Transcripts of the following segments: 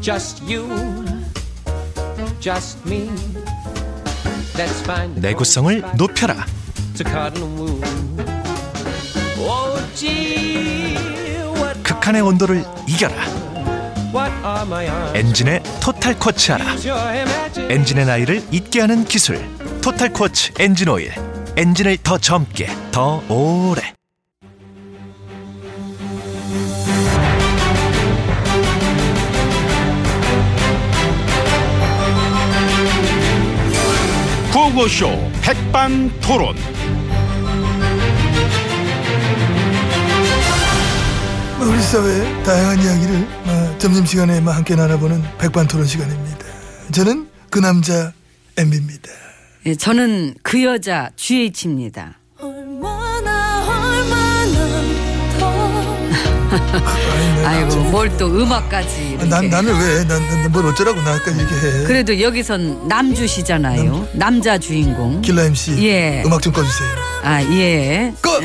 Just you, just me. Let's find the 내구성을 cold spot 높여라. to cut and woo. Oh, gee, what, 극한의 온도를 이겨라. what are my arms? 엔진의 토탈 코치하라. Your imagination. 엔진의 나이를 잊게 하는 기술. 토탈 코치 엔진 오일. 엔진을 더 젊게, 더 오래. 구호쇼 백반토론. 우리 사회의 다양한 이야기를 어, 점심시간에 막 함께 나눠보는 백반토론 시간입니다. 저는 그 남자 MB입니다. 예, 저는 그 여자 GH입니다. 얼마나 얼마나 아이고 뭘 또 음악까지 이렇게. 아, 난, 나는 왜? 난, 난 뭘 어쩌라고 나까지 이렇게 해. 그래도 여기선 남주시잖아요. 남자 주인공. 길라 MC 예. 음악 좀 꺼주세요. 아 예. 꺼!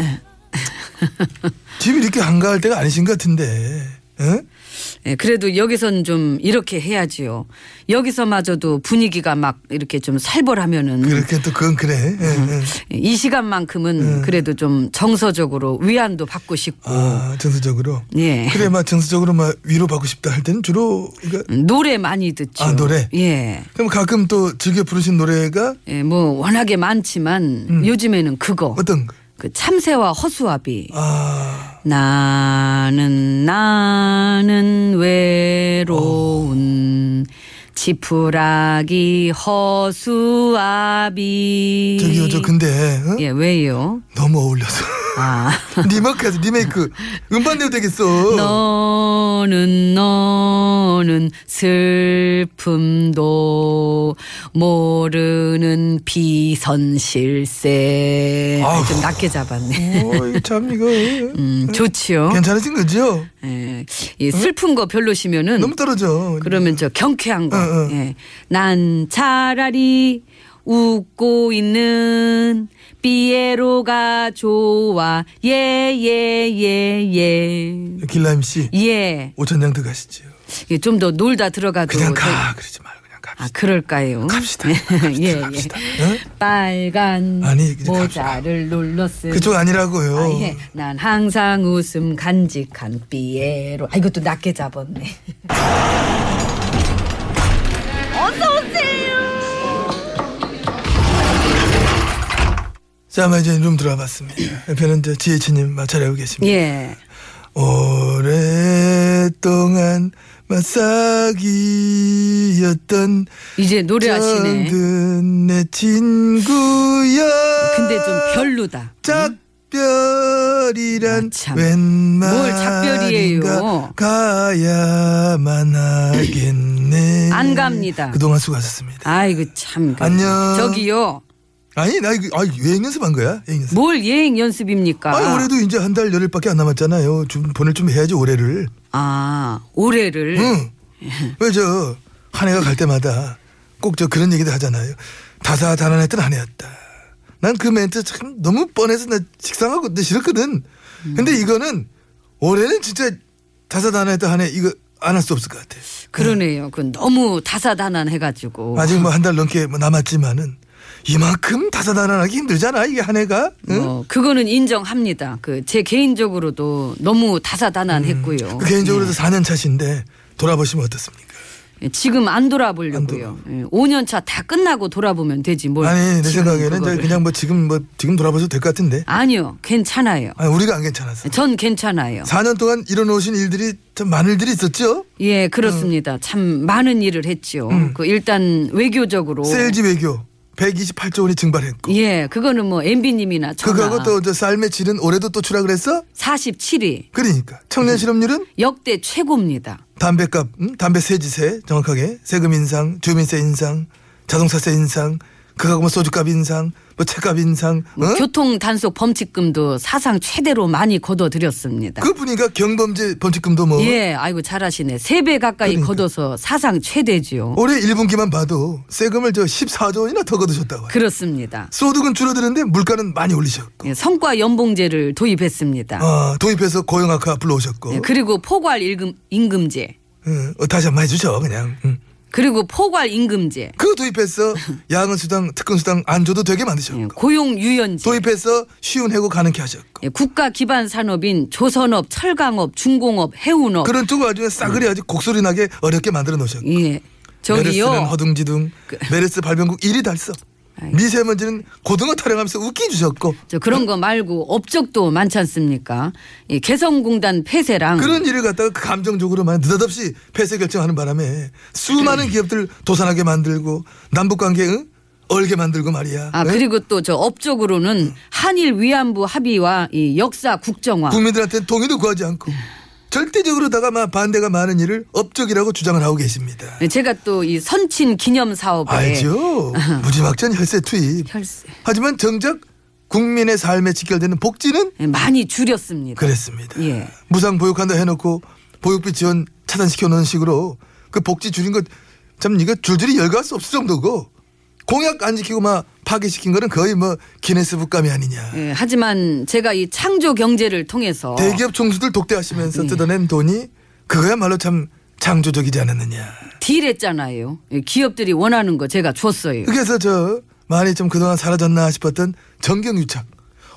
지금 이렇게 한가할 때가 아니신 것 같은데. 어? 응? 예, 그래도 여기선 좀 이렇게 해야지요. 여기서마저도 분위기가 막 이렇게 좀 살벌하면은 그렇게 또 그건 그래. 예, 음. 예. 이 시간만큼은 그래도 좀 정서적으로 위안도 받고 싶고 음. 아, 정서적으로. 예. 그래, 막 정서적으로 막 위로받고 싶다 할 때는 주로. 음. 그러니까 노래 많이 듣죠. 아, 노래? 예. 그럼 가끔 또 즐겨 부르신 노래가 예, 뭐 워낙에 많지만 요즘에는 그거 음. 어떤 거? 그 참새와 허수아비 아, 나는 나는 외로운 지푸라기 허수아비 저기요, 그 저 근데. 응? 예 왜요 너무 어울려서. 아 리메이크하자 리메이크 음반 내도 되겠어 너는 너는 슬픔도 모르는 비선실세 아, 좀 낮게 잡았네 어, 이거 참 이거 예. 어? 음, 좋지요 괜찮으신 거죠? 예, 이 슬픈 거 별로시면은 너무 떨어져 그러면 저 경쾌한 거. 응, 응. 예. 난 차라리 웃고 있는 비에로가 좋아. 예, 예, 예, 예. 길라임 씨 예. 오천장 들어가시죠 좀 더 놀다 들어가도. 그냥 될- 가 그러지 말고 그냥 아, 갑시다 그럴까요? 갑시다. 예, 갑시다, 예. 갑시다. 어? 응? 빨간 아니, 이제 갑시다. 모자를 눌렀으니. 그쪽 어. 아니라고요 아, 예. 난 항상 웃음 간직한 삐에로. 아, 이것도 낮게 잡았네. 자 아마 이제 룸 들어봤습니다 옆에는 이제 지혜치님 마찰하고 계십니다 예. 오랫동안 맞사귀였던 이제 그 노래하시네. 정든 내 친구야 근데 좀 별로다. 작별이란 아, 참. 웬 뭘 작별이에요? 말인가 가야만 하겠네 안 갑니다. 그동안 수고하셨습니다 아이고 참. 그- 안녕. 저기요. 아니 나 이거 아, 예행 연습한 거야 예행 연습 뭘 예행 연습입니까? 아니 올해도 이제 한 달 열흘밖에 안 남았잖아요 좀 보낼 좀 해야지 올해를 아, 올해를 응왜 저 한 해가 갈 때마다 꼭 저 그런 얘기도 하잖아요 다사다난했던 한 해였다 난 그 멘트 참 너무 뻔해서 나 식상하고 나 싫었거든 근데 이거는 올해는 진짜 다사다난했던 한 해 이거 안 할 수 없을 것 같아 그러네요. 그 너무 다사다난해가지고. 아직 뭐 한 달 넘게 뭐 남았지만은 이만큼 다사다난하기 힘들잖아 이게 한 해가 응? 뭐 그거는 인정합니다. 그 제 개인적으로도 너무 다사다난했고요. 그 개인적으로도 4년 차신데 돌아보시면 어떻습니까? 예. 지금 안 돌아보려고요. 예. 5년 차 다 끝나고 돌아보면 되지 뭘. 아니 내 어, 지금 생각에는 그거를. 이제 그냥 뭐 지금 뭐 지금 돌아보셔도 될 것 같은데 아니요, 괜찮아요. 아니, 우리가 안 괜찮았어 전 괜찮아요. 4년 동안 일어놓으신 일들이 참 많은 일들이 있었죠. 예, 그렇습니다. 음. 참 많은 일을 했지요. 그 일단 외교적으로 셀지 외교 128조 원이 증발했고 예, 그거는 뭐 MB님이나 저나 그거하고 또저 쌀매 질은 올해도 또 추락을 했어. 47위 그러니까 음. 청년 실업률은 역대 최고입니다. 담배값, 음? 담배 세지세 정확하게 세금 인상, 주민세 인상, 자동차세 인상, 그거하고 뭐 소주값 인상, 뭐 책값 인상, 뭐 어? 교통 단속 범칙금도 사상 최대로 많이 걷어들였습니다. 그 분이가 경범죄 범칙금도 뭐 예, 아이고 잘하시네. 세 배 가까이 그러니까. 어? 걷어서 사상 최대지요. 올해 1분기만 봐도 세금을 저 14조 원이나 더 거두셨다고. 요 그렇습니다. 소득은 줄어드는데 물가는 많이 올리셨고. 예, 성과 연봉제를 도입했습니다. 어, 도입해서 고용학화 불러오셨고. 예, 그리고 포괄 임금, 임금제. 응, 어, 다시 한 번 해주죠 그냥. 응. 그리고 포괄 임금제. 예, 그거 도입해서 야근 수당, 특근 수당 안 줘도 되게 만드셨고. 예, 고용 그러니까. 유연제. 도입해서 쉬운 해고 가능케 하셨고. 예, 국가 기반 산업인 조선업, 철강업, 중공업, 해운업. 그런 쪽을 아주 싸그리 아주 곡소리 나게 어렵게 만들어 놓으셨고. 예. 메르스는 음. 저기요. 그 허둥지둥, 메르스 발병국 1위 달성. 아이고. 음. 미세먼지는 고등어 타령하면서 웃기 주셨고. 저 그런 거 말고 업적도 많지 않습니까? 이 개성공단 폐쇄랑 그런 일을 갖다가 그 감정적으로만 느닷없이 폐쇄 결정하는 바람에 음. 수많은 기업들 도산하게 만들고 남북 관계 응? 얼게 만들고 말이야. 아 응? 그리고 또 저 업적으로는 한일 위안부 합의와 이 역사 국정화 국민들한테 동의도 구하지 않고 절대적으로다가 막 반대가 많은 일을 업적이라고 주장을 하고 계십니다. 네, 제가 또 이 선친 기념 사업에 알죠. 무지막지한 혈세 투입. 네. 혈세. 하지만 정작 국민의 삶에 직결되는 복지는 예, 많이 줄였습니다. 그랬습니다. 예. 무상 보육한다 해놓고 보육비 지원 차단시켜 놓은 식으로 그 복지 줄인 것 참 이거 줄줄이 열갈 수 없을 정도고 공약 안 지키고 막 파기시킨 거는 거의 뭐 기네스북감이 아니냐. 예, 하지만 제가 이 창조 경제를 통해서 아. 대기업 총수들 독대하시면서 뜯어낸 돈이 그거야말로 참 창조적이지 않았느냐. 딜했잖아요. 예, 기업들이 원하는 거 제가 줬어요. 그래서 저 많이 좀 그동안 사라졌나 싶었던 정경유착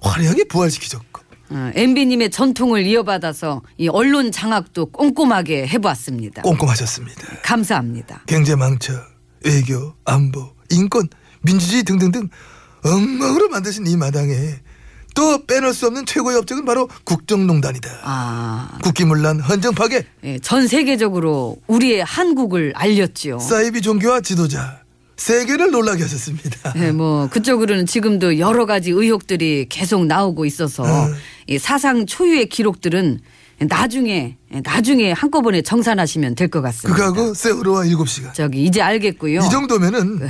화려하게 부활시키셨고 어, MB님의 전통을 이어받아서 이 언론 장악도 꼼꼼하게 해보았습니다. 꼼꼼하셨습니다. 감사합니다. 경제망쳐, 외교, 안보, 인권, 민주주의 등등등 엉망으로 만드신 이 마당에 또 빼놓을 수 없는 최고의 업적은 바로 국정농단이다. 아, 국기문란, 헌정파괴, 예, 전 세계적으로 우리의 한국을 알렸지요. 사이비 종교와 지도자 세계를 놀라게 하셨습니다. 예, 뭐 그쪽으로는 지금도 여러 가지 의혹들이 계속 나오고 있어서 음. 이 사상 초유의 기록들은 나중에 나중에 한꺼번에 정산하시면 될 것 같습니다. 그거하고 세월호와 일곱 시간 저기 이제 알겠고요. 이 정도면은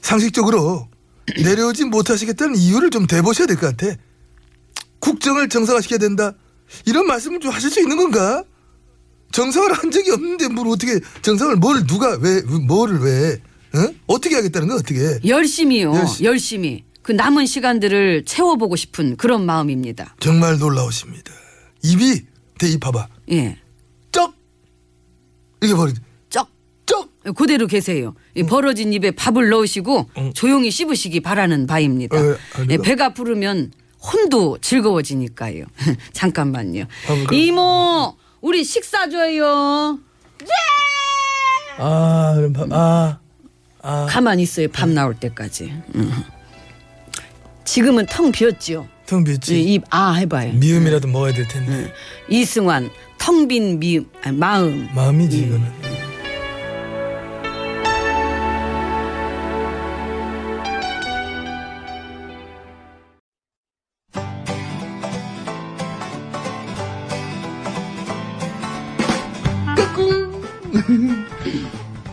상식적으로 내려오지 못하시겠다는 이유를 좀 대보셔야 될 것 같아. 국정을 정상화시켜야 된다. 이런 말씀을 좀 하실 수 있는 건가? 정상화를 한 적이 없는데 뭘 어떻게 정상을 뭘 누가 왜 뭐를 왜 응? 어떻게 하겠다는 거 어떻게? 열심히요. 열심히. 열심히. 그 남은 시간들을 채워보고 싶은 그런 마음입니다. 정말 놀라우십니다. 입이 대입 봐봐. 예. 쩍 이게 버리 쩍. 쩍 그대로 계세요. 음. 이 벌어진 입에 밥을 넣으시고 조용히 씹으시기 바라는 바입니다. 어, 아니다. 예, 배가 부르면 혼도 즐거워지니까요. 잠깐만요. 밥을 그- 이모, 우리 식사 줘요. 아, 아, 가만히 있어요. 밥 나올 때까지. 음. 지금은 텅 비었지요. 텅 비었지. 입 아 해봐요. 예. 미음이라도 먹어야 될 텐데. 이승환 텅 빈 미 아, 마음. 마음이지 이거는.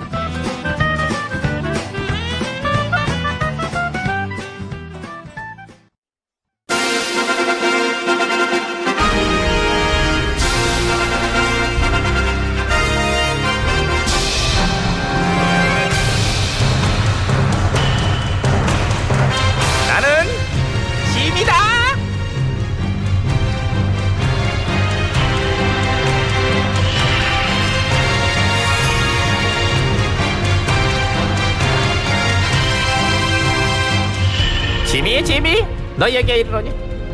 나는 짐이다. 너희에게 이르노니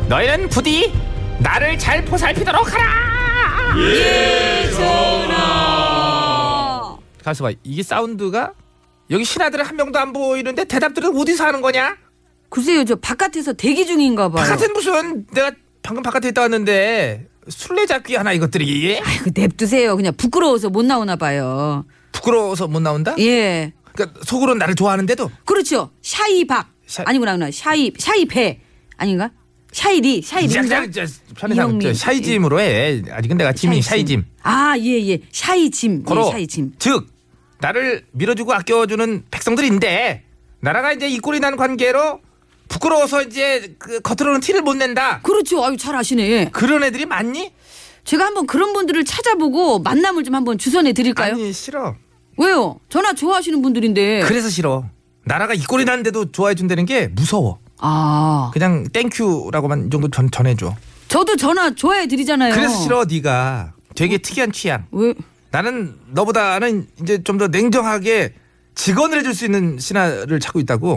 너희는 부디 나를 잘 보살피도록 하라. 가서 봐 이게 사운드가 여기 신하들은 한 명도 안 보이는데 대답들은 어디서 하는 거냐? 글쎄요 저 바깥에서 대기 중인가 봐요. 바깥은 무슨 내가 방금 바깥에 있다 왔는데 술래잡기 하나 이것들이 아이고 냅두세요. 그냥 부끄러워서 못 나오나 봐요. 부끄러워서 못 나온다? 예. 그러니까 속으로는 나를 좋아하는데도 그렇죠. 샤이 박. 샤- 아니구나, 아니구나. 샤이 샤이 배 아닌가? 샤이리 샤이리인가? 약간 편의상 이영민. 저 샤이짐으로 해 아직은 내가 짐이 샤이짐 아 예예 샤이짐. 걸어 예, 샤이짐. 즉 나를 밀어주고 아껴주는 백성들인데 나라가 이제 이 꼴이 난 관계로 부끄러워서 이제 그 겉으로는 티를 못 낸다 그렇죠. 아유 잘 아시네. 예. 그런 애들이 많니? 제가 한번 그런 분들을 찾아보고 만남을 좀 한번 주선해 드릴까요? 네. 아니 싫어 왜요? 전화 좋아하시는 분들인데. 그래서 싫어 나라가 이 꼴이 난데도 좋아해 준다는 게 무서워 아 그냥 땡큐라고만 이 정도 전, 전해줘 저도 전화 좋아해 드리잖아요. 그래서 싫어 네가 되게 특이한 취향 왜? 나는 너보다는 이제 좀 더 냉정하게 직언을 해줄 수 있는 신하를 찾고 있다고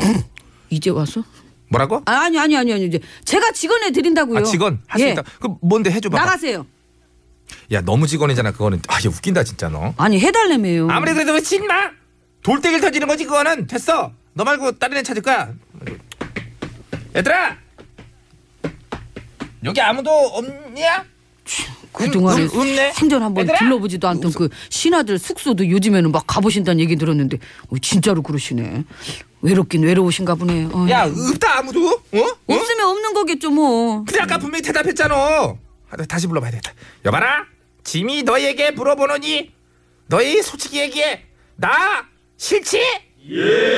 이제 와서? 뭐라고? 음. 아, 아니 아니 아니 아니 이제 제가 직원해 드린다고요. 아 직언 할 수 예. 있다 그 뭔데 해줘봐 나가세요. 야 너무 직언이잖아 그거는 아얘 웃긴다 진짜 너 아니 해달래매요. 아무리 그래도 왜 신나 돌대기를 터지는 거지 그거는 됐어 너 말고 다른 애 찾을 거야 얘들아 여기 아무도 없냐? 그동안에 음, 음, 네. 생전 한번 얘들아! 둘러보지도 않던 그 신하들 숙소도 요즘에는 막 가보신다는 얘기 들었는데 어, 진짜로 그러시네. 외롭긴 외로우신가 보네. 어. 야 없다 아무도 어? 어? 없으면 없는 거겠죠 뭐. 근데 아까 분명히 대답했잖아. 아, 나 다시 불러봐야 겠다 여봐라, 짐이 너에게 물어보노니 너희 솔직히 얘기해. 나 싫지?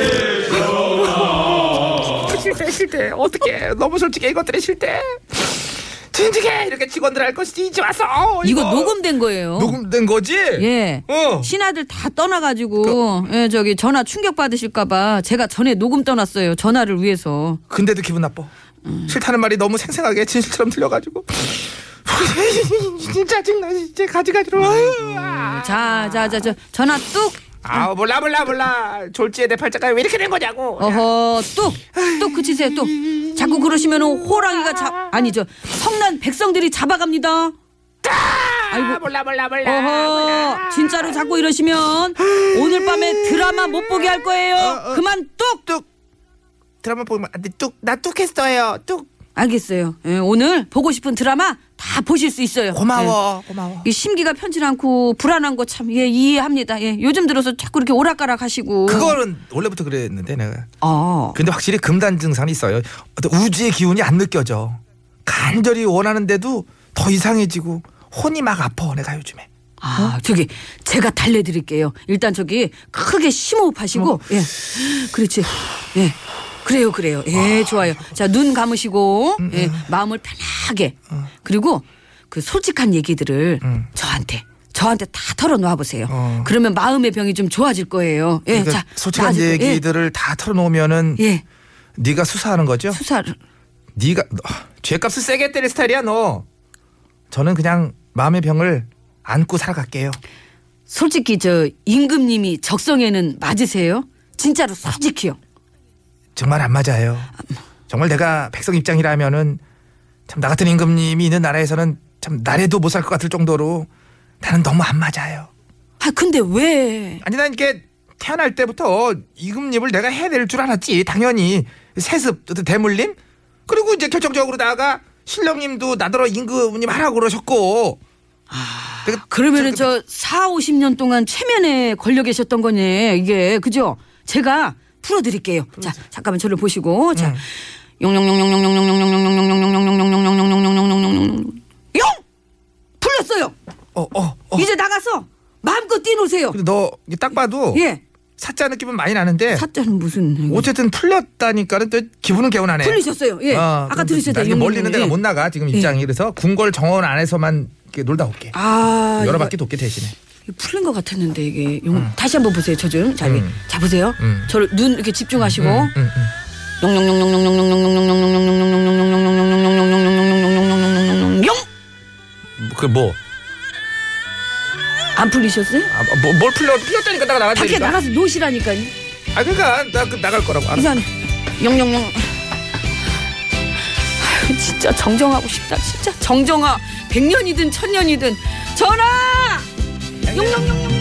예. 싫대 싫대. 어떻게? 너무 솔직해 이것들이 싫대. 진지해 이렇게 직원들 할 것이지 이제 와서 어, 이거, 녹음된 거예요. 녹음된 거지? 예. 어. 그- 신하들 다 떠나가지고 예, 저기 전화 충격 받으실까봐 제가 전에 녹음 떠났어요. 전화를 위해서. 근데도 기분 나빠. 싫다는 말이 너무 생생하게 진실처럼 들려가지고. 진짜 증나 진짜 가지가지로. 아유. 자, 자, 자, 자, 전화 뚝. 아 몰라 몰라 몰라 졸지에 내 팔자까지 왜 이렇게 된 거냐고 어허, 뚝. 뚝 그치세요. 뚝. 자꾸 그러시면 호랑이가 잡 아니 저 성난 백성들이 잡아갑니다. 아 몰라 몰라 몰라 어허 진짜로 자꾸 이러시면 오늘 밤에 드라마 못 보게 할 거예요 어, 그만 뚝 뚝 드라마 보면 안돼 뚝나 뚝했어요 뚝 알겠어요 예, 오늘 보고 싶은 드라마 다 보실 수 있어요 고마워 고마워 예. 이 심기가 편치 않고 불안한 거 참 예, 이해합니다 예, 요즘 들어서 자꾸 이렇게 오락가락 하시고 그거는 원래부터 그랬는데 내가 어. 근데 확실히 금단 증상이 있어요 어떤 우주의 기운이 안 느껴져 간절히 원하는데도 더 이상해지고 혼이 막 아파 내가 요즘에 아 저기 제가 달래드릴게요 일단 저기 크게 어. 심호흡하시고 예 그렇지 예 그래요 그래요 예 좋아요 자 눈 감으시고 예 마음을 편하게 어. 그리고 그 솔직한 얘기들을 저한테 저한테 다 털어놓아 보세요 음. 어. 그러면 마음의 병이 좀 좋아질 거예요 그러니까 예자 솔직한 얘기들을 다 털어놓으면은 예, 예 네가 수사하는 거죠 수사를 네가 너, 죄값을 세게 때릴 스타일이야 너. 저는 그냥 마음의 병을 안고 살아갈게요. 솔직히 저 임금님이 적성에는 맞으세요 아. 진짜로 솔직히요 정말 안 맞아요. 정말 내가 백성 입장이라면은 참 나 같은 임금님이 있는 나라에서는 참 나래도 못 살 것 같을 정도로 나는 너무 안 맞아요. 아 근데 왜 아니 난 이게 태어날 때부터 임금님을 내가 해낼 줄 알았지 당연히 세습 또 대물림 그리고 이제 결정적으로 나아가 신령님도 나더러 임금님 하라고 그러셨고 내가 아, 그러면은 저 4, 50년 동안 최면에 걸려 계셨던 거네. 이게 그죠? 제가 풀어 드릴게요. 자, 잠깐만 저를 보시고. 네. 자. 용용용용용용용용용용용용용용용용용용용용용용용용용 용! 풀렸어요. 어, 어, 어. 이제 나가서 마음껏 뛰노세요. 근데 너 딱 봐도 예. 사자 느낌은 많이 나는데 사자는 무슨 어쨌든 풀렸다니까는 또 기분은 개운하네. 풀리셨어요. 예. 아, 아까 들으셨죠? 나중에 멀리는 내가 못 나가 지금 입장이 예. 그래서 궁궐 정원 안에서만 이렇게 놀다 올게. 아, 여러 이거- 바퀴 돕게 대신에. 이게 풀린 것 같았는데 이게 용... 다시 한번 보세요. 저 좀. 자, 음. 자 보세요. 음. 저를 눈 이렇게 집중하시고 응, 응. 음. 그 뭐? 안 풀리셨어요? 아, 뭐, 뭘 풀려? 풀렸다니까 내가 나갔다니까. 밖에 나가서 노시라니까요. 아 그러니까 나 그, 나갈 거라고. 알아. 이상 영영영. 진짜 정정하고 싶다. 哎 진짜 정정아. 백년이든 천년이든 전화. 용용용용.